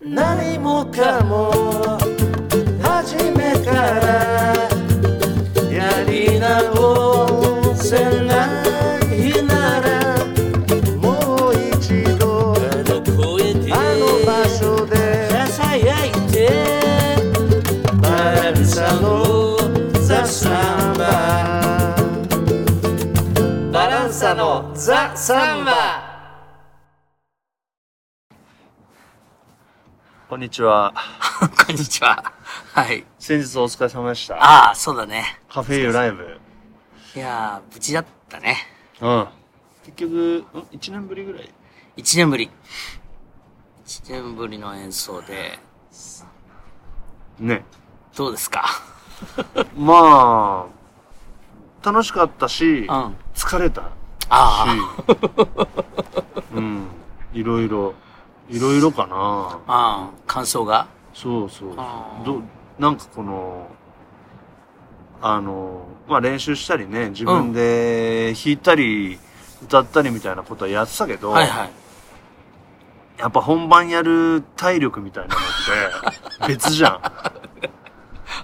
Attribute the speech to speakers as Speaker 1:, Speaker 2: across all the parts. Speaker 1: 何もかも初めからやり直せないならもう一度
Speaker 2: あの声で
Speaker 1: あの場所で
Speaker 2: ささやいて
Speaker 1: バランサ
Speaker 2: あ
Speaker 1: の
Speaker 2: の
Speaker 1: ザ・
Speaker 2: ザ・
Speaker 1: サ
Speaker 2: サ
Speaker 1: ン
Speaker 2: ン
Speaker 1: バ
Speaker 2: バ
Speaker 1: バランサのザ・サンバ
Speaker 3: こんにちは。
Speaker 2: こんにちははい
Speaker 3: 先日お疲れ様でした。
Speaker 2: ああそうだね
Speaker 3: カフェユライブ。
Speaker 2: いやー無事だったね
Speaker 3: うん。結局、ん ?1 年ぶりぐらい
Speaker 2: 1年ぶり1年ぶりの演奏で
Speaker 3: ね。
Speaker 2: どうですか
Speaker 3: まあ、楽しかったし、
Speaker 2: あ
Speaker 3: 疲れた し、
Speaker 2: あ
Speaker 3: うん。いろいろ、いろいろかな。
Speaker 2: ああ感想が
Speaker 3: そうそうそう
Speaker 2: あー
Speaker 3: どう。なんかこの、あの、まあ練習したりね、自分で弾いたり、歌ったりみたいなことはやってたけど、
Speaker 2: はいはい
Speaker 3: やっぱ本番やる体力みたいなのって、別じゃ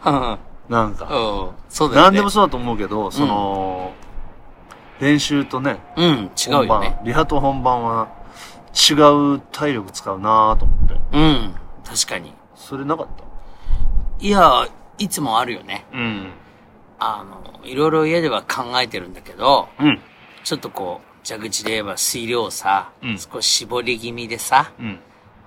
Speaker 2: うん
Speaker 3: ん。なんか。
Speaker 2: うん そうだよね
Speaker 3: 何でもそうだと思うけど、その、練習とね、
Speaker 2: うん違う
Speaker 3: 本
Speaker 2: よ
Speaker 3: 番、
Speaker 2: ね
Speaker 3: リハと本番は違う体力使うなぁと思って。
Speaker 2: うん確かに
Speaker 3: それなかっ
Speaker 2: いやいつもあるよね
Speaker 3: たうん。
Speaker 2: あの、いろいろ家では考えてるんだけど、
Speaker 3: うん。
Speaker 2: ちょっとこう、蛇口で言えば水量さ、
Speaker 3: うん
Speaker 2: 少し絞り気味でさ、
Speaker 3: うん。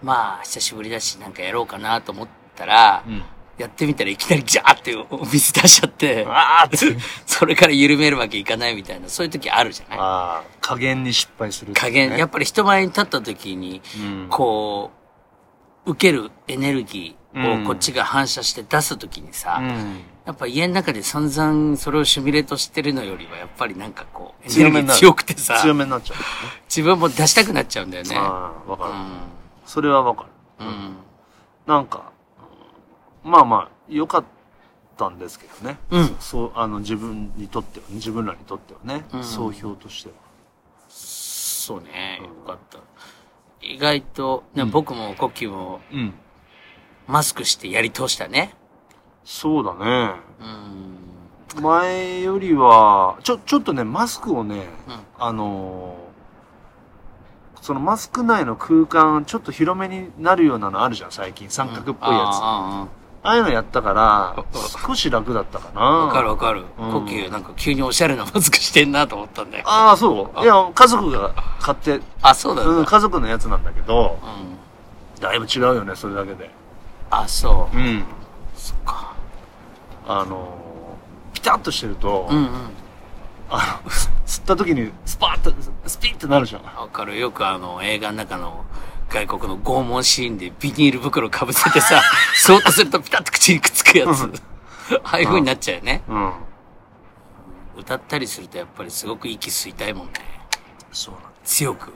Speaker 2: まあ、久しぶりだし、なんかやろうかなと思ったら、
Speaker 3: うん。
Speaker 2: やってみたらいきなりジャーってお水出しちゃって、
Speaker 3: あー
Speaker 2: それから緩めるわけいかないみたいな、そういう時あるじゃない
Speaker 3: あー加減に失敗する、
Speaker 2: 加減、や
Speaker 3: っ
Speaker 2: っぱり人前に立った時に、
Speaker 3: ぱ、うん、
Speaker 2: こう、受けるエネルギ
Speaker 3: う
Speaker 2: ー
Speaker 3: ん
Speaker 2: をこっちが反射して出す時にさ、
Speaker 3: うん。
Speaker 2: やっぱ家の中で散々それをシミュレートしてるのよりは、やっぱりなんかこう、エネ
Speaker 3: 強
Speaker 2: ルギ
Speaker 3: めに
Speaker 2: ー
Speaker 3: なる
Speaker 2: 強くてさ、
Speaker 3: 強めになっちゃう、
Speaker 2: 自分も出したくなっちゃうんだよね。
Speaker 3: ああ、わか
Speaker 2: う
Speaker 3: る、
Speaker 2: ん。
Speaker 3: それはわかる。
Speaker 2: うん。
Speaker 3: なんか、うんまあまあ、良かったんですけどね。
Speaker 2: うん。
Speaker 3: そう、あの、自分にとってはね、自分らにとってはね、
Speaker 2: うん
Speaker 3: 総評としては。
Speaker 2: そうね。
Speaker 3: うん
Speaker 2: よかった。意外と、ね
Speaker 3: うん
Speaker 2: 僕も呼吸も
Speaker 3: うん。
Speaker 2: マスクしてやり通したね。
Speaker 3: そうだね。
Speaker 2: うん。
Speaker 3: 前よりは、ちょ、ちょっとね、マスクをね、
Speaker 2: うん
Speaker 3: あのーそのマスク内の空間、ちょっと広めになるようなのあるじゃん、最近。三角っぽいやつ。あ
Speaker 2: あ
Speaker 3: あいうのやった から、少し楽だったかな。
Speaker 2: あ、わかるわかる。
Speaker 3: うん
Speaker 2: 呼吸なんか急におしゃれなマスクしてんなと思ったんだよ。
Speaker 3: ああ、そう。いや、家族が買って、
Speaker 2: あ、そうだよ。う。
Speaker 3: うんん、家族のやつなんだけど、だいぶ違うよね、それだけで。
Speaker 2: あ、そ
Speaker 3: うん。
Speaker 2: う。そっか。
Speaker 3: あのーピタッとしてると、
Speaker 2: うんうん。
Speaker 3: あの、す吸った時に、スパーッと、スピーってなるじゃん。
Speaker 2: わかる。よくあの、映画の中の外国の拷問シーンでビニール袋かぶせ てさ、そうとするとピタッと口にくっつくやつ
Speaker 3: うん。
Speaker 2: ああいう風になっちゃうよね。
Speaker 3: うん。
Speaker 2: 歌ったりするとやっぱりすごく息吸いたいもんね。
Speaker 3: そうなんだ。
Speaker 2: 強く。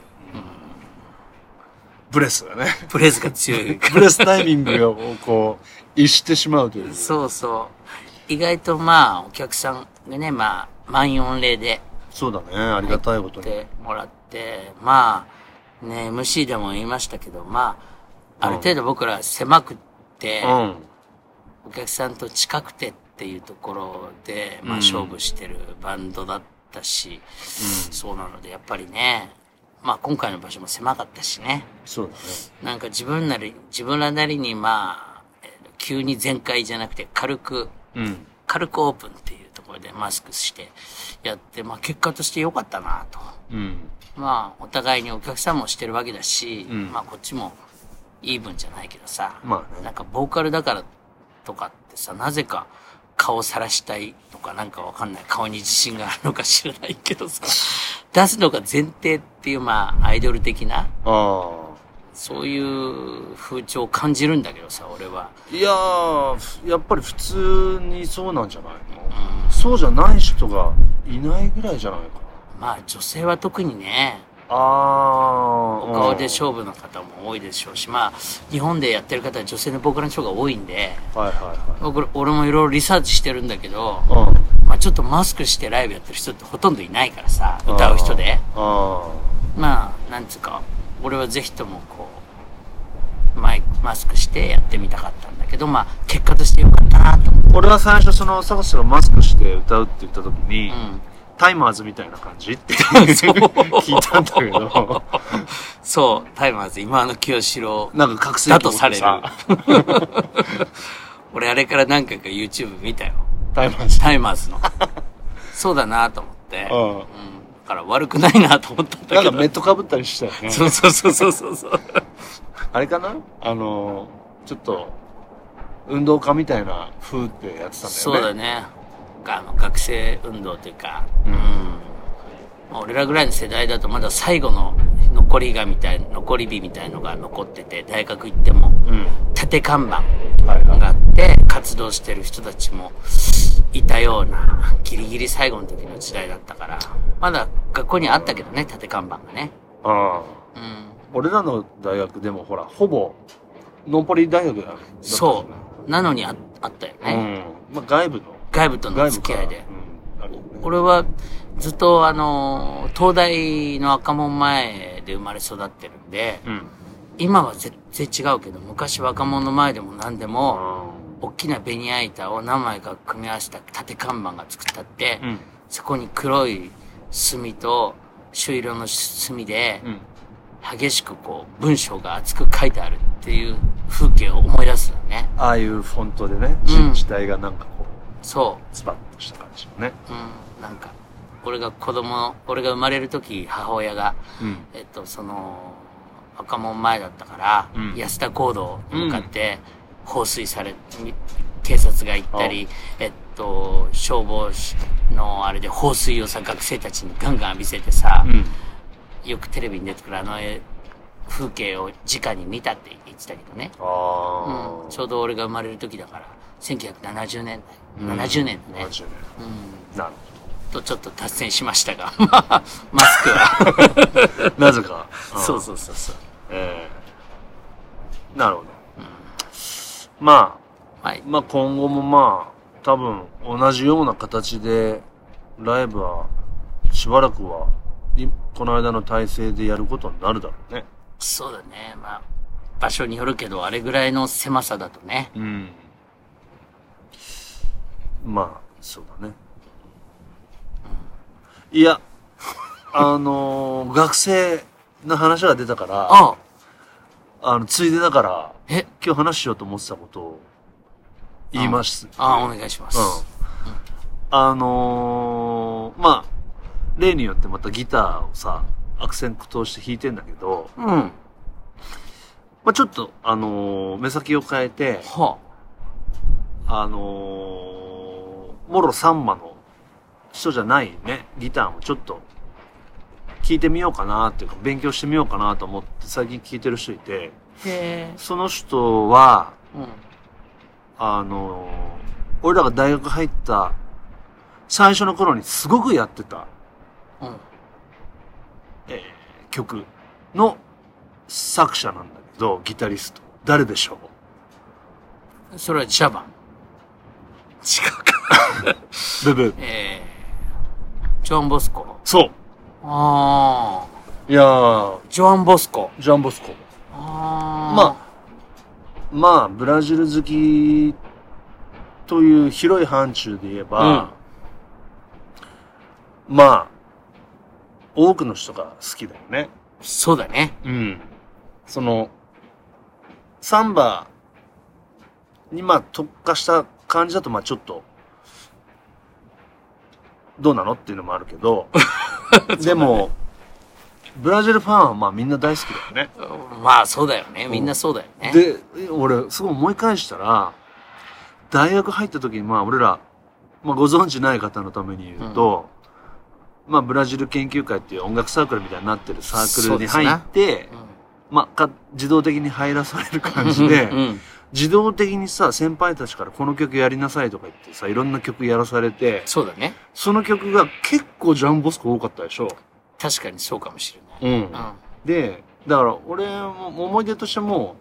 Speaker 3: ブレスがね。
Speaker 2: プレスが強い。
Speaker 3: ブレスタイミングをこう、逸してしまうという。
Speaker 2: そうそう。意外とまあ、お客さんがね、まあ、満員御礼で
Speaker 3: そうだね。ありがたいことに。
Speaker 2: 来てもらって、まあ、ね、MC でも言いましたけど、まあ、ある程度僕ら狭くって、
Speaker 3: うん。
Speaker 2: お客さんと近くてっていうところで、まあ、
Speaker 3: うん
Speaker 2: 勝負してるバンドだったし、そうなのでやっぱりね、まあ、今回の場所も狭かったしね、
Speaker 3: そうだね。
Speaker 2: なんか自分なり、自分らなりにまあ、えー急に全開じゃなくて軽く、
Speaker 3: うん。
Speaker 2: 軽くオープンっていうところでマスクしてやって、まあ結果として良かったなと。
Speaker 3: うん。
Speaker 2: まあお互いにお客さんもしてるわけだし、
Speaker 3: うん
Speaker 2: まあこっちもイーブンじゃないけどさ、
Speaker 3: まあね
Speaker 2: なんかボーカルだからとかってさ、なぜか顔さらしたいとかなんかわかんない。顔に自信があるのか知らないけどさ、出すのが前提っていうまあアイドル的な、
Speaker 3: あ
Speaker 2: そういう風潮を感じるんだけどさ、俺は。
Speaker 3: あ。いやー、やっぱり普通にそうなんじゃないのそうじゃない人がいないぐらいじゃないか
Speaker 2: まあ女性は特にね、
Speaker 3: な。ああ
Speaker 2: お顔で勝負の方も多いでしょうし、まあ、日本でやってる方は女性のボーカルの人が多いんで、
Speaker 3: はいは
Speaker 2: 僕、俺もいろいろリサーチしてるんだけど、
Speaker 3: いはい。うん。
Speaker 2: まあちょっとマスクしてライブやってる人ってほとんどいないからさ、歌う人で。
Speaker 3: あ
Speaker 2: まあ、なんつうか、俺はぜひともこう、マイマスクしてやってみたかったんだけど、まあ、結果としてよかったなと思って。
Speaker 3: 俺は最初その、サコシがマスクして歌うって言った時に、
Speaker 2: うん。
Speaker 3: タイマーズみたいな感じって
Speaker 2: そう
Speaker 3: 聞いたんだけど、
Speaker 2: そう、タイマーズ、今の清志郎
Speaker 3: なんか覚醒器
Speaker 2: だとされる
Speaker 3: 持ってさ。
Speaker 2: 俺、あれから何回か YouTube 見たよ。
Speaker 3: タイマーズ。
Speaker 2: タイマ ーズの。そうだなと思って。
Speaker 3: う
Speaker 2: うん。だから悪くないなと思ったん
Speaker 3: ん。な
Speaker 2: だ
Speaker 3: んか
Speaker 2: けど。
Speaker 3: メットかぶったりしたよね。
Speaker 2: そうそうそうそうそうそう。
Speaker 3: あれかなあの、ちょっと、運動家みたいな風ってやってたんだよね。
Speaker 2: そうだね。あの学生運動というか、うん。俺らぐらいの世代だとまだ最後の残りがみたい、残り日みたいのが残ってて、大学行っても、縦看板
Speaker 3: うん。はいはい。
Speaker 2: があって、活動してる人たちもいたような、ギリギリ最後の時の時代だったから、まだ学校にはあったけどね、縦看板がね。
Speaker 3: ああ。
Speaker 2: うん。
Speaker 3: 俺らの大学でもほら、ほぼ、ノンポリ大学だよね。
Speaker 2: そう。なのにああったよ
Speaker 3: う
Speaker 2: ね。
Speaker 3: ん。まあ外部の。
Speaker 2: 外部との
Speaker 3: 外部
Speaker 2: 付
Speaker 3: から
Speaker 2: き合いで。。
Speaker 3: うんあるよね
Speaker 2: 俺はずっとあの、東大の赤門前で生まれ育ってるんで、
Speaker 3: うん。
Speaker 2: 今は全然違うけど、昔若者の前でも何でも、大きなベニヤ板を何枚か組み合わせた縦看板が作ったって、
Speaker 3: うん。
Speaker 2: そこに黒い墨と、朱色の墨で、
Speaker 3: うん。
Speaker 2: 激しくこう、文章が厚く書いてあるっていう風景を思い出すよね。
Speaker 3: ああいうフォントでね、
Speaker 2: うん
Speaker 3: 字体がなんかこう、
Speaker 2: そう。
Speaker 3: スパッとした感じのね。
Speaker 2: うん、なんか、俺が子供、俺が生まれる時、母親が、
Speaker 3: うん
Speaker 2: えっと、その、赤門前だったから、
Speaker 3: うん
Speaker 2: 安田講堂に向かって、放水され、み警察が行ったり、えっと、消防士のあれで放水をさ、学生たちにガンガン浴びせてさ、
Speaker 3: ん。
Speaker 2: よくテレビに出てくるあの絵風景を直に見たって言ってたけどね。
Speaker 3: あ
Speaker 2: う
Speaker 3: あ。
Speaker 2: ん、ちょうど俺が生まれる時だから、1970年代、
Speaker 3: うん
Speaker 2: 70年だ
Speaker 3: 70
Speaker 2: ね。うん
Speaker 3: 年。なる
Speaker 2: とちょっと達成しましたが、ま あ、マスクは。
Speaker 3: ほど。なぜ か。
Speaker 2: そうそうそうそう。
Speaker 3: ええなるほど。ま
Speaker 2: はい
Speaker 3: あ、。まあ今後もまあ、多分同じような形で、ライブは、しばらくは、いこの間の体制でやることになるだろうね。
Speaker 2: そうだね。まあ、場所によるけど、あれぐらいの狭さだとね。
Speaker 3: うん。まあ、そうだね。いや、あのー学生の話が出たから、
Speaker 2: ああ、
Speaker 3: あの、ついでだから、
Speaker 2: え、
Speaker 3: 今日話しようと思ってたことを言います。
Speaker 2: ああ、お願いします。
Speaker 3: うん。あのー、まあ、例によってまたギターをさ、アクセントして弾いてんだけど、
Speaker 2: うん。は
Speaker 3: まあちょっと、あのー目先を変えて、
Speaker 2: あ。
Speaker 3: あのー、もろサンマの人じゃないね、ギターもちょっと、聞いてみようかなっていうか、勉強してみようかなと思って最近聞いてる人いて、
Speaker 2: へえ。
Speaker 3: その人は、
Speaker 2: うん。
Speaker 3: あのー、俺らが大学入った最初の頃にすごくやってた、
Speaker 2: うん。
Speaker 3: えー曲の作者なんだけど、ギタリスト。誰でしょ
Speaker 2: それはジャバン。違うか。
Speaker 3: うブブー。
Speaker 2: えー、ジョアン・ボスコ。
Speaker 3: そう。
Speaker 2: あ
Speaker 3: いやー、
Speaker 2: あ、ジョアン・ボスコ。
Speaker 3: ジャンボスコ。
Speaker 2: ああ。
Speaker 3: まあ、まあ、ブラジル好きという広い範疇で言えば、まあ、多くの人が好きだよね。
Speaker 2: そうだね。
Speaker 3: うん。その、サンバにまあ特化した感じだとまあちょっと、どうなのっていうのもあるけど、でも、ブラジルファンはまあみんな大好きだよね。
Speaker 2: まあ、そうだよね。みんなそうだよね。
Speaker 3: で、え俺、すごい思い返したら、大学入った時に、まあ俺ら、まあご存知ない方のために言うと、まあブラジル研究会っていう音楽サークルみたいになってるサークルに入って、まあか、自動的に入らされる感じで
Speaker 2: う、ん。
Speaker 3: 自動的にさ、先輩たちからこの曲やりなさいとか言ってさ、いろんな曲やらされて、
Speaker 2: そうだね。
Speaker 3: その曲が結構ジャンボスコ多かったでしょ。
Speaker 2: 確かにそうかもしれない。
Speaker 3: うん
Speaker 2: うん。
Speaker 3: で、だから俺も思い出としても、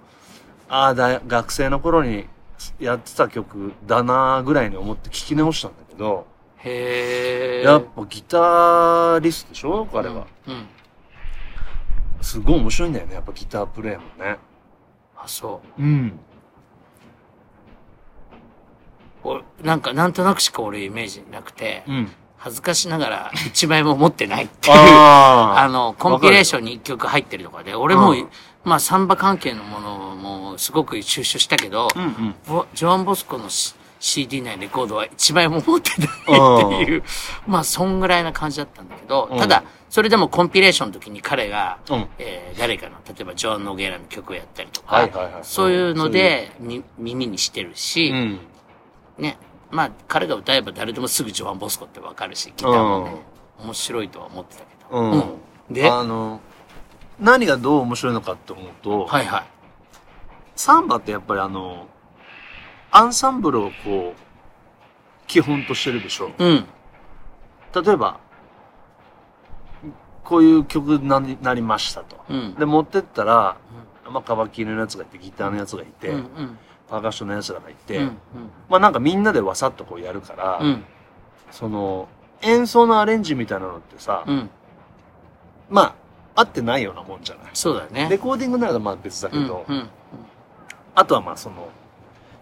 Speaker 3: ああ、だ学生の頃にやってた曲だなーぐらいに思って聞き直したんだけど、
Speaker 2: へえ。
Speaker 3: やっぱギタリストでしょ彼は、
Speaker 2: うん。うん。
Speaker 3: すごい面白いんだよね、やっぱギタープレイもね。
Speaker 2: あ、そ
Speaker 3: うん。
Speaker 2: う。おなんか、なんとなくしか俺イメージなくて、
Speaker 3: うん。
Speaker 2: 恥ずかしながら一枚も持ってないっていう。 あ
Speaker 3: あ
Speaker 2: の、コンピレーションに一曲入ってるとかで、俺も、
Speaker 3: うん
Speaker 2: まあ、サンバ関係のものもすごく収集したけど、
Speaker 3: あ。うんうん。
Speaker 2: ボジョアン・ボスコのシ CD 内レコードは一枚も持ってないっていう、まあ、そんぐらいな感じだったんだけど、
Speaker 3: うん
Speaker 2: ただ、それでもコンピレーションの時に彼が、
Speaker 3: うん
Speaker 2: えー誰かの、例えばジョアン・ノゲーラの曲をやったりとか、
Speaker 3: はいはいはい
Speaker 2: そういうので、み耳にしてるし、
Speaker 3: うん。
Speaker 2: ね、まあ、彼が歌えば誰でもすぐジョアン・ボスコってわかるし、ギターもね、面白いとは思ってたけど。
Speaker 3: うん
Speaker 2: うんで、
Speaker 3: あの、何がどう面白いのかって思うと、
Speaker 2: はいはい。
Speaker 3: サンバってやっぱりあの、アンサンブルをこう、基本としてるでしょ。
Speaker 2: うん。
Speaker 3: 例えば、こういう曲になりなりましたと。
Speaker 2: うん。
Speaker 3: で、持ってったら、まあ、カバキのやつがいて、ギターのやつがいて、
Speaker 2: うんうん。
Speaker 3: パーカッションのやつらがいて、
Speaker 2: うん。
Speaker 3: まあなんかみんなでわさっとこうやるから、
Speaker 2: うん。
Speaker 3: その、演奏のアレンジみたいなのってさ、
Speaker 2: うん。
Speaker 3: まあ、合ってないようなもんじゃない。
Speaker 2: そうだね。
Speaker 3: レコーディングならまあ別だけ
Speaker 2: うん、
Speaker 3: ど、
Speaker 2: うん。
Speaker 3: あとはまあその、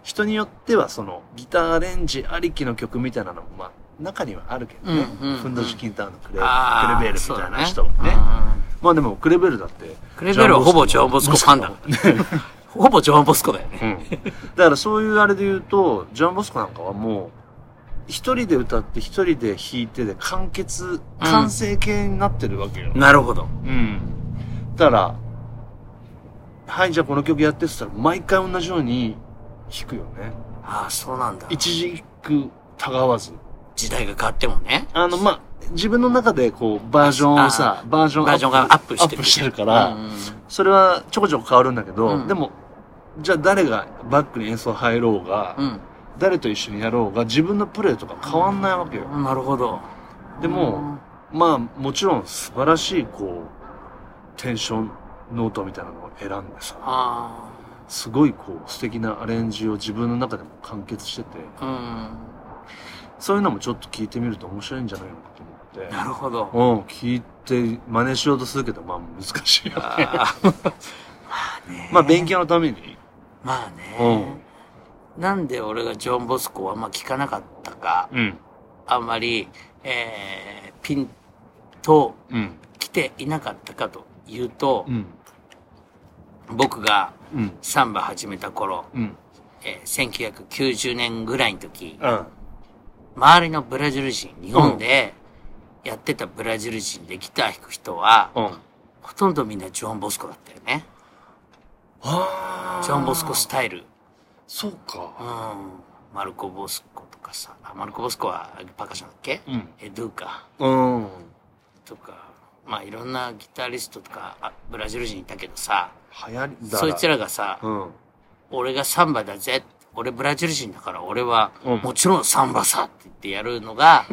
Speaker 3: 人によってはその、ギターアレンジありきの曲みたいなのもまあ、中にはあるけどね。
Speaker 2: うんうんうん
Speaker 3: フンドジキンターのクレ
Speaker 2: あー
Speaker 3: クレベールみたいな人
Speaker 2: そ
Speaker 3: は
Speaker 2: うだ
Speaker 3: ね。
Speaker 2: うん
Speaker 3: まあでもクレベールだって。
Speaker 2: クレベルはほぼジョアン・ボスコファンだもん。 ほぼジョアン・ボスコだよね。
Speaker 3: うん。だからそういうあれで言うと、ジョン・ボスコなんかはもう、一人で歌って一人で弾いてで完結、完成形になってるわけよ。
Speaker 2: なるほど。
Speaker 3: うん。だから、はい、じゃあこの曲やってって言ったら、毎回同じように弾くよね。
Speaker 2: ああ、そうなんだ。
Speaker 3: 一時一句たがわず。
Speaker 2: 時代が変わってもね。
Speaker 3: あの、まあ、自分の中でこう、バージョンをさ、バージョン
Speaker 2: バージョンがアップしてる
Speaker 3: アップしてるか
Speaker 2: う
Speaker 3: ら、
Speaker 2: ん
Speaker 3: それはちょこちょこ変わるんだけど、
Speaker 2: うん
Speaker 3: でも、じゃあ誰がバックに演奏入ろうが、
Speaker 2: うん。
Speaker 3: 誰と一緒にやろうが自分のプレーとか変わんないわけよ。
Speaker 2: うん。なるほど。
Speaker 3: でも、まあもちろん素晴らしいこう、テンションノートみたいなのを選んでさ、
Speaker 2: あ
Speaker 3: すごいこう素敵なアレンジを自分の中でも完結してて、
Speaker 2: あ、う
Speaker 3: そういうのもちょっと聞いてみると面白いんじゃないのかと思っ
Speaker 2: ん。なるほ ど。
Speaker 3: て。うん、聞いて真似しようとするけど、まあ難し いよ。
Speaker 2: あーまあね。
Speaker 3: まあ勉。強のために。
Speaker 2: まあ
Speaker 3: う
Speaker 2: ね
Speaker 3: ん。
Speaker 2: なんで俺がジョアン・ボスコはあんま聞かなかったか、
Speaker 3: うん。
Speaker 2: あんまり、えー、ピンと
Speaker 3: うん。
Speaker 2: 来ていなかったかというと、
Speaker 3: うん。
Speaker 2: 僕が
Speaker 3: うん。
Speaker 2: サンバ始めた頃、
Speaker 3: うん。
Speaker 2: えー1990年ぐらいの時、
Speaker 3: うん。
Speaker 2: 周りのブラジル人、日本でやってたブラジル人でギター弾く人は、
Speaker 3: うん。
Speaker 2: ほとんどみんなジョン・ボスコだったよね。
Speaker 3: あ
Speaker 2: ジョン・ボスコスタイル。
Speaker 3: そう
Speaker 2: うん
Speaker 3: か。。
Speaker 2: マルコ・ボスコとかさ、あマルコ・ボスコはパカションだっけ、
Speaker 3: うん。
Speaker 2: エドゥーか。
Speaker 3: うん。
Speaker 2: とか、まあいろんなギタリストとか、あブラジル人いたけどさ、
Speaker 3: 流行りだ
Speaker 2: そいつらがさ、
Speaker 3: うん。
Speaker 2: 俺がサンバだぜ。俺ブラジル人だから俺は
Speaker 3: うん
Speaker 2: もちろんサンバさって言ってやるの が、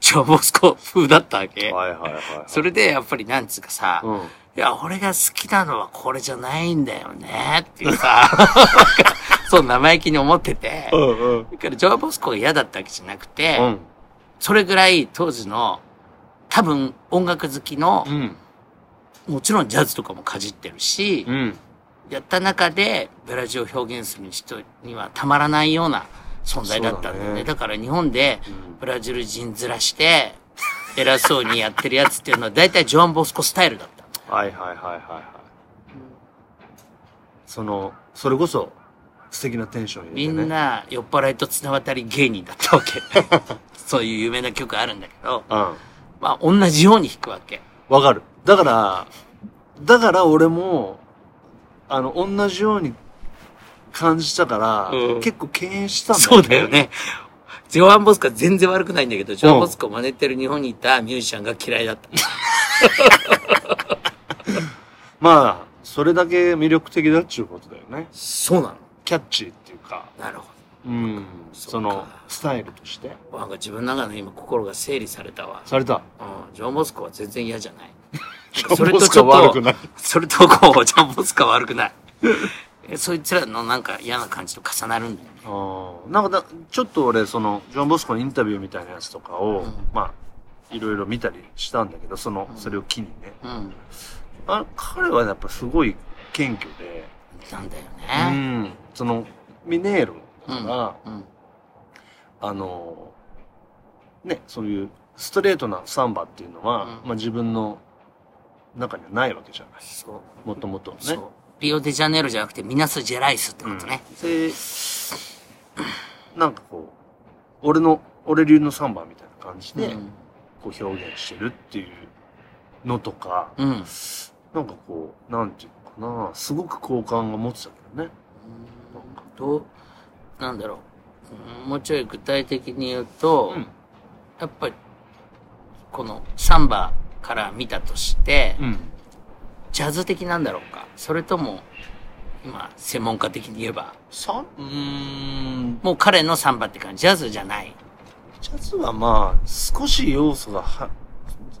Speaker 2: ジョン・ボスコ風だったわけ。
Speaker 3: はいはいはい。
Speaker 2: それでやっぱりなんつうかさ、
Speaker 3: うん。
Speaker 2: いや、俺が好きなのはこれじゃないんだよねってい うさ、なんかそう生意気に思ってて、
Speaker 3: んうん。
Speaker 2: だからジョン・ボスコが嫌だったわけじゃなくて、
Speaker 3: うん。
Speaker 2: それぐらい当時の多分音楽好きの、
Speaker 3: うん。
Speaker 2: もちろんジャズとかもかじってるし、
Speaker 3: うん。
Speaker 2: やった中でブラジルを表現する人にはたまらないような存在だったんだ
Speaker 3: そう
Speaker 2: よ
Speaker 3: だ
Speaker 2: ね。
Speaker 3: ね
Speaker 2: だから日本で
Speaker 3: ん
Speaker 2: ブラジル人ずらして偉そうにやってるやつっていうのは大体ジョアン・ボスコスタイルだった。
Speaker 3: はいはいはいはいはい。その、それこそ、素敵なテンション入れ
Speaker 2: み
Speaker 3: てね。
Speaker 2: ん。な酔っ払いと綱渡り芸人だったわ け。そういう有名な曲あるんだけど、
Speaker 3: うん。
Speaker 2: まあ同じように弾くわけ。
Speaker 3: わかる。だから、だから俺も、あの、同じように感じたから、
Speaker 2: うん
Speaker 3: 結構敬遠したんだ
Speaker 2: そうだよ。ね。ジョアン・ボスコは全然悪くないんだけど、ジョアン・ボスコを真似てる日本にいたミュージシャンが嫌いだった。
Speaker 3: まあ、それだけ魅力的だっちゅうことだよね。
Speaker 2: そうな
Speaker 3: キャッチーっていうか、
Speaker 2: のなるほど。
Speaker 3: うん。
Speaker 2: そっか
Speaker 3: その、スタイルとして。
Speaker 2: なんか自分の中の今心が整理されたわ。
Speaker 3: され た。
Speaker 2: うん、ジョン・ボスコは全然嫌じゃない。
Speaker 3: ョンボスコは悪くない
Speaker 2: それとこう、ジョン・ボスコは悪くない。 えそいつらのなんか嫌な感じと重なるんだよね。
Speaker 3: あーなんかだ、ちょっと俺、その、ジョン・ボスコのインタビューみたいなやつとかを、
Speaker 2: うん
Speaker 3: まあ、いろいろ見たりしたんだけど、その、それを機にね。
Speaker 2: うん。
Speaker 3: あ彼はやっぱすごい謙虚で、
Speaker 2: なんだよ
Speaker 3: う
Speaker 2: ね。
Speaker 3: ん。その、ミネールだから、
Speaker 2: うん。
Speaker 3: あの、ね、そういうストレートなサンバっていうのは、
Speaker 2: うん
Speaker 3: まあ自分の中にはないわけじゃない。
Speaker 2: そう。
Speaker 3: もともとね。
Speaker 2: そう。リオデジャネイロじゃなくてミナスジェライスってことね。
Speaker 3: で、なんかこう、俺の、俺流のサンバみたいな感じで、
Speaker 2: うん
Speaker 3: こう表現してるっていうのとか、
Speaker 2: うん。
Speaker 3: なんかこう、なんていうのかな、すごく好感が持ってたけどね。
Speaker 2: どう、なんだろう。うんもうちょい具体的に言うと、
Speaker 3: うん
Speaker 2: やっぱり、このサンバから見たとして、
Speaker 3: うん。
Speaker 2: ジャズ的なんだろうか。それとも、今、専門家的に言えば、
Speaker 3: サン、うーん、
Speaker 2: もう彼のサンバって感じ、ジャズじゃない。
Speaker 3: ジャズはまあ、少し要素がは、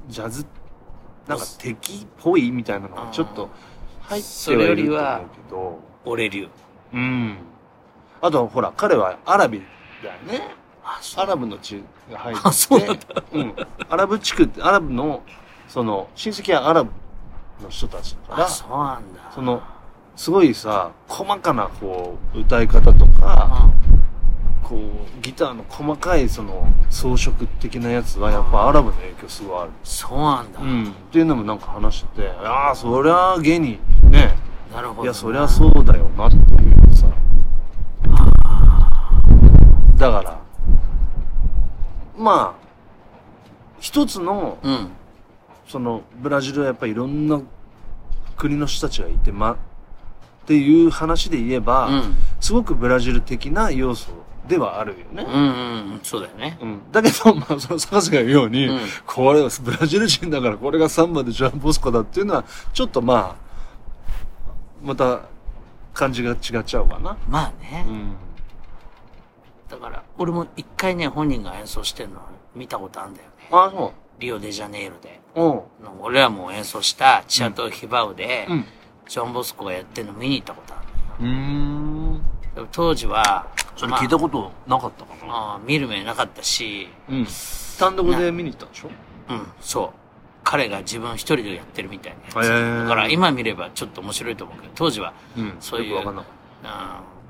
Speaker 3: ジャズ、なんか敵っぽいみたいなのがちょっと入ってはいると思うけど、
Speaker 2: 俺流。
Speaker 3: うん。あとほら、彼はアラビだよね。
Speaker 2: あ、そ
Speaker 3: アラブの地が入ってて。
Speaker 2: あそうなん
Speaker 3: うんアラブ地区って、アラブの、その、親戚はアラブの人たちだから、
Speaker 2: あそうなんだ。
Speaker 3: その、すごいさ、細かなこう、歌い方とか、こう、ギターの細かいその、装飾的なやつはやっぱアラブの影響すごいある。
Speaker 2: そうなんだ。
Speaker 3: うん。っていうのもなんか話してて、ああ、そりゃ、ゲに、ね、
Speaker 2: なるほど。
Speaker 3: いや、そりゃそうだよなっていうさ。だから、まあ、一つの、
Speaker 2: うん。
Speaker 3: その、ブラジルはやっぱりいろんな国の人たちがいて、ま、っていう話で言えば、
Speaker 2: うん。
Speaker 3: すごくブラジル的な要素ではあるよね。
Speaker 2: うんうんうん。そうだよね。
Speaker 3: うん、だけど、まあ、その坂瀬が言うように、
Speaker 2: うん
Speaker 3: これはブラジル人だからこれがサンバでジャンボスコだっていうのは、ちょっとまあ、また感じが違っちゃうかな。
Speaker 2: まあね。
Speaker 3: うん。
Speaker 2: だから、俺も一回ね、本人が演奏してるの見たことあるんだよね。
Speaker 3: あ、そ
Speaker 2: リオデジャネイロで。
Speaker 3: う。うん。
Speaker 2: 俺らも演奏したチアト・ヒバウで、
Speaker 3: うん
Speaker 2: ジョン・ボスコがやってるの見に行ったことある
Speaker 3: うーん。
Speaker 2: のよ。でも当時は、
Speaker 3: それ聞いたことなかったかな。
Speaker 2: まあ、見る目なかったし、
Speaker 3: うん。単独で見に行ったんでしょ
Speaker 2: うん、そう。彼が自分一人でやってるみたいなやつ。
Speaker 3: へー
Speaker 2: だから今見ればちょっと面白いと思うけど、当時は、
Speaker 3: うん
Speaker 2: そういう
Speaker 3: よくわかんなかっ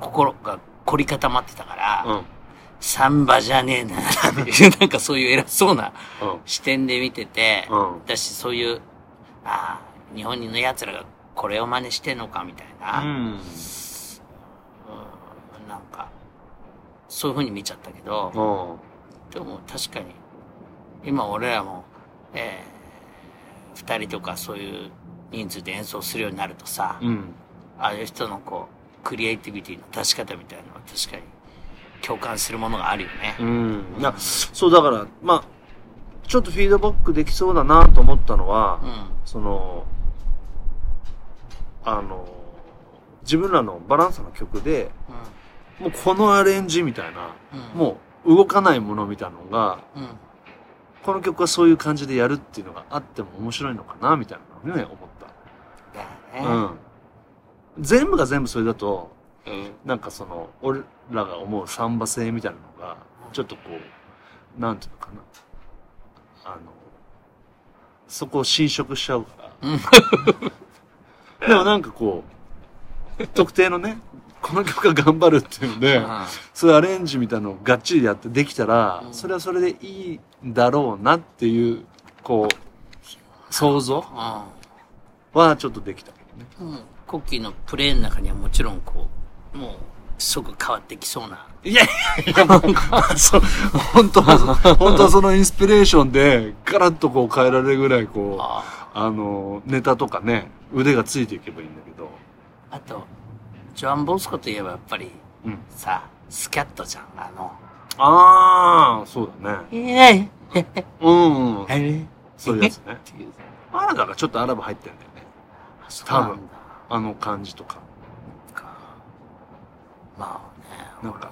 Speaker 2: うん、心が凝り固まってたから、
Speaker 3: た。うん。
Speaker 2: サンバじゃねえな、っていう、 なんかそういう偉そうな
Speaker 3: うん。
Speaker 2: 視点で見てて、
Speaker 3: うん
Speaker 2: だしそういう、ああ、日本人の奴らがこれを真似してんのかみたいな、
Speaker 3: うん。
Speaker 2: うんなんか、そういう風に見ちゃったけど、
Speaker 3: うん。
Speaker 2: でも確かに、今俺らも、えー、二人とかそういう人数で演奏するようになるとさ、
Speaker 3: うん。
Speaker 2: ああいう人のこう、クリエイティビティの出し方みたいなのは確かに共感するものがあるよね。
Speaker 3: うん。いや、そうだから、まあ、ちょっとフィードバックできそうだなと思ったのは、
Speaker 2: うん。
Speaker 3: その、あの、自分らのバランスの曲で、もうこのアレンジみたいな、
Speaker 2: うん。
Speaker 3: もう動かないものみたいなのが、
Speaker 2: うん。うん。
Speaker 3: この曲はそういう感じでやるっていうのがあっても面白いのかな、みたいなのをね、思っ
Speaker 2: だ
Speaker 3: た。
Speaker 2: よね。
Speaker 3: うん。全部が全部それだと、
Speaker 2: うん。
Speaker 3: なんかその、俺らが思うサンバ性みたいなのが、ちょっとこう、なんていうのかな。あの、そこを侵食しちゃうから。でもなんかこう、特定のね、この曲が頑張るっていうので、そういうアレンジみたいなのをがっちりやってできたら、
Speaker 2: うん
Speaker 3: それはそれでいいんだろうなっていう、こう、想像
Speaker 2: うん。
Speaker 3: はちょっとできたけどね。
Speaker 2: うん、コッキーのプレーの中にはもちろんこう、もう、即変わってきそうな。
Speaker 3: いやいやいや、もう、 そう、本当は、本当はそのインスピレーションで、ガラッとこう変えられるぐらい、こう、
Speaker 2: あ
Speaker 3: あの、ネタとかね、腕がついていけばいいんだけど。
Speaker 2: と、ジョアン・ボスコといえばやっぱり、
Speaker 3: うん。
Speaker 2: さ、スキャットじゃん、あの。
Speaker 3: ああ、そうだね。
Speaker 2: いやいや
Speaker 3: うん、うん。
Speaker 2: あれ
Speaker 3: そういうやつね。アラだがちょっとアラブ入ってんだよね。
Speaker 2: そうなんだ。
Speaker 3: あの感じとか。
Speaker 2: まあね、
Speaker 3: なんか、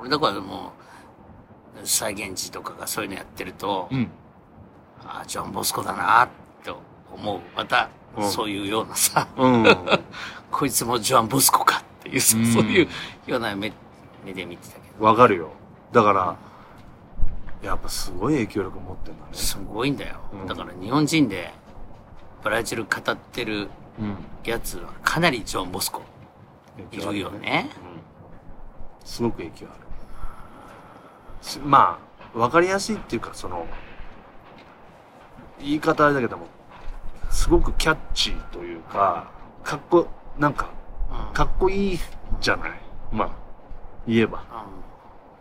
Speaker 2: 俺だからもう、再現時とかがそういうのやってると、
Speaker 3: うん。
Speaker 2: ああ、ジョアン・ボスコだな、と思う。また、
Speaker 3: うん
Speaker 2: そういうようなさ、
Speaker 3: うん。
Speaker 2: こいつもジョアン・ボスコかっていう、そう
Speaker 3: うん
Speaker 2: いうような目目で見てたけど。
Speaker 3: わかるよ。だから、やっぱすごい影響力持ってんだね。
Speaker 2: すごいんだよ、
Speaker 3: うん
Speaker 2: だから日本人でブラジル語ってる
Speaker 3: うん。
Speaker 2: やつはかなりジョン・ボスコいるよね。
Speaker 3: すごく影響ある。すまあ、わかりやすいっていうか、その、言い方あれだけども、すごくキャッチーというか、かっこ、なんか、
Speaker 2: うん
Speaker 3: かっこいいじゃない。まあ、言えば。
Speaker 2: うん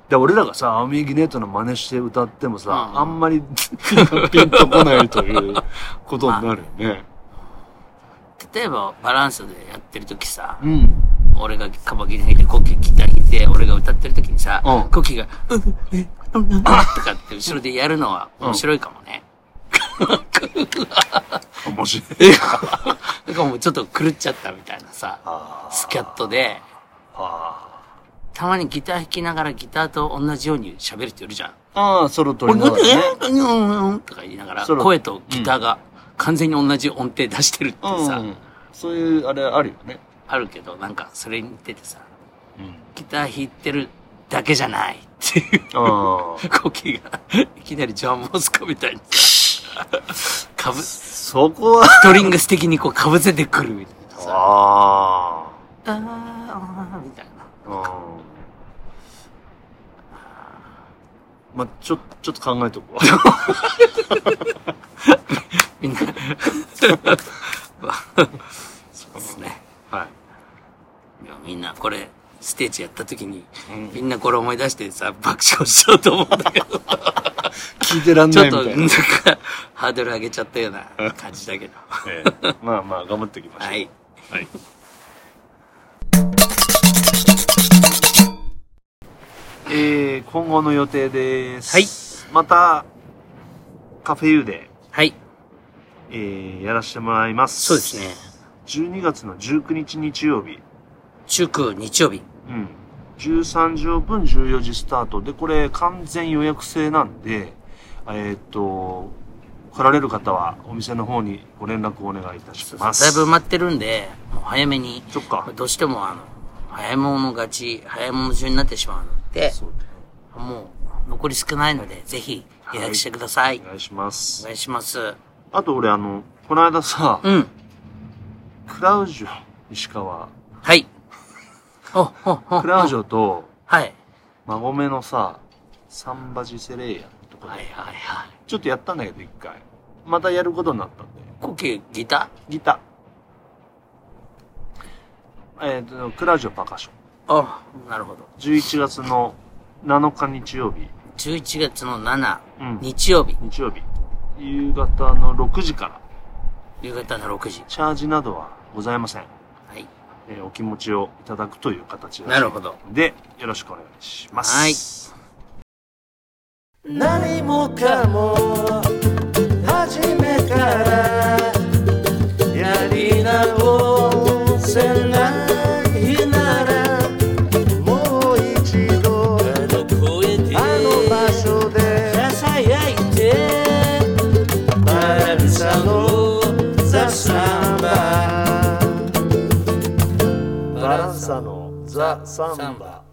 Speaker 3: で、俺らがさ、アーミー・ギネートの真似して歌ってもさ、
Speaker 2: うん
Speaker 3: あんまり ピンとこないということになるよね。
Speaker 2: 例えば、バランスでやってる時さ、
Speaker 3: うん。
Speaker 2: 俺がカバギリ弾いて、コッキーギター弾いて、俺が歌ってる時にさ、
Speaker 3: うん
Speaker 2: コッキーが、うん、え、うん、うんとかって後ろでやるのは面白いかもね。
Speaker 3: 面白い。
Speaker 2: だからもうちょっと狂っちゃったみたいなさ、
Speaker 3: あ
Speaker 2: スキャットで、
Speaker 3: ーあ
Speaker 2: たまにギター弾きながらギターと同じように喋る人いるじゃん。
Speaker 3: ー。ああ、ソロ取
Speaker 2: 俺、
Speaker 3: りながらね。
Speaker 2: えうんうんうんとか言いながら、
Speaker 3: それ
Speaker 2: 声とギターが完全に同じ音程出してるってさ、
Speaker 3: うん、そういうあれあるよね、
Speaker 2: あるけど、なんかそれに似ててさ、
Speaker 3: うん、
Speaker 2: ギター弾いてるだけじゃないっていう。
Speaker 3: ああ
Speaker 2: コキが、いきなりジョン・モスコみたいにさ、かぶ、ス
Speaker 3: そこは
Speaker 2: トリングス的にこうかぶせてくるみたいなさ、
Speaker 3: あ
Speaker 2: あーあー、みたいな。
Speaker 3: あうんまあちょちょっと考えと こう
Speaker 2: みんな、 そうですね。
Speaker 3: はい
Speaker 2: でもみんなこれ、ステージやった時に、
Speaker 3: うん
Speaker 2: みんなこれ思い出してさ、爆笑しちゃうと思うんだ けど、
Speaker 3: 聞いてらん
Speaker 2: ちょ
Speaker 3: な
Speaker 2: っ
Speaker 3: いみた
Speaker 2: と、
Speaker 3: いな
Speaker 2: なんか、ハードル上げちゃったような感じだけど。
Speaker 3: ええまあまあ頑張っていきましょう
Speaker 2: はい。
Speaker 3: はいえー、今後の予定です。はい。また、カフェユーで、
Speaker 2: はい。
Speaker 3: えー、やらせてもらいます。
Speaker 2: そうですね。。
Speaker 3: 12月の19日日曜日、
Speaker 2: 中空日曜日。
Speaker 3: うん、13時オープン14時スタートでこれ完全予約制なんでえーっと来られる方はお店の方にご連絡をお願いいたします
Speaker 2: だいぶ埋まってるんで、もう早めに
Speaker 3: そっか
Speaker 2: どうしてもあの、早い者勝ち、早い者順になってしまうので、
Speaker 3: そう
Speaker 2: もう残り少ないので、ぜひ予約してください。
Speaker 3: お願いします
Speaker 2: お願いします。
Speaker 3: あと俺あのこの間さ
Speaker 2: うん。
Speaker 3: クラウジョ石川
Speaker 2: はい。 お、お、お。
Speaker 3: クラウジ
Speaker 2: ョ。
Speaker 3: ョと
Speaker 2: はい。
Speaker 3: 孫目のさサンバジセレイヤってとこで、
Speaker 2: はいはいはい。
Speaker 3: ちょっとやったんだけど一回またやることになったんで
Speaker 2: コキギタ
Speaker 3: ギターえーっ、とクラウジョパーカッション
Speaker 2: ーあ、なるほど。
Speaker 3: 11月の7日日曜日、
Speaker 2: 11月の7、
Speaker 3: うん
Speaker 2: 日曜日、
Speaker 3: 日曜日、夕方の6時から、
Speaker 2: 夕方の6時。
Speaker 3: チャージなどはございません。
Speaker 2: はい。
Speaker 3: えーお気持ちをいただくという形らしい
Speaker 2: なるほど。
Speaker 3: で、よろしくお願いします。
Speaker 2: はい
Speaker 1: 何もかも初めからやり直せないならもう一度あの場所でバランサのザ・サンババランサのザ・サンバ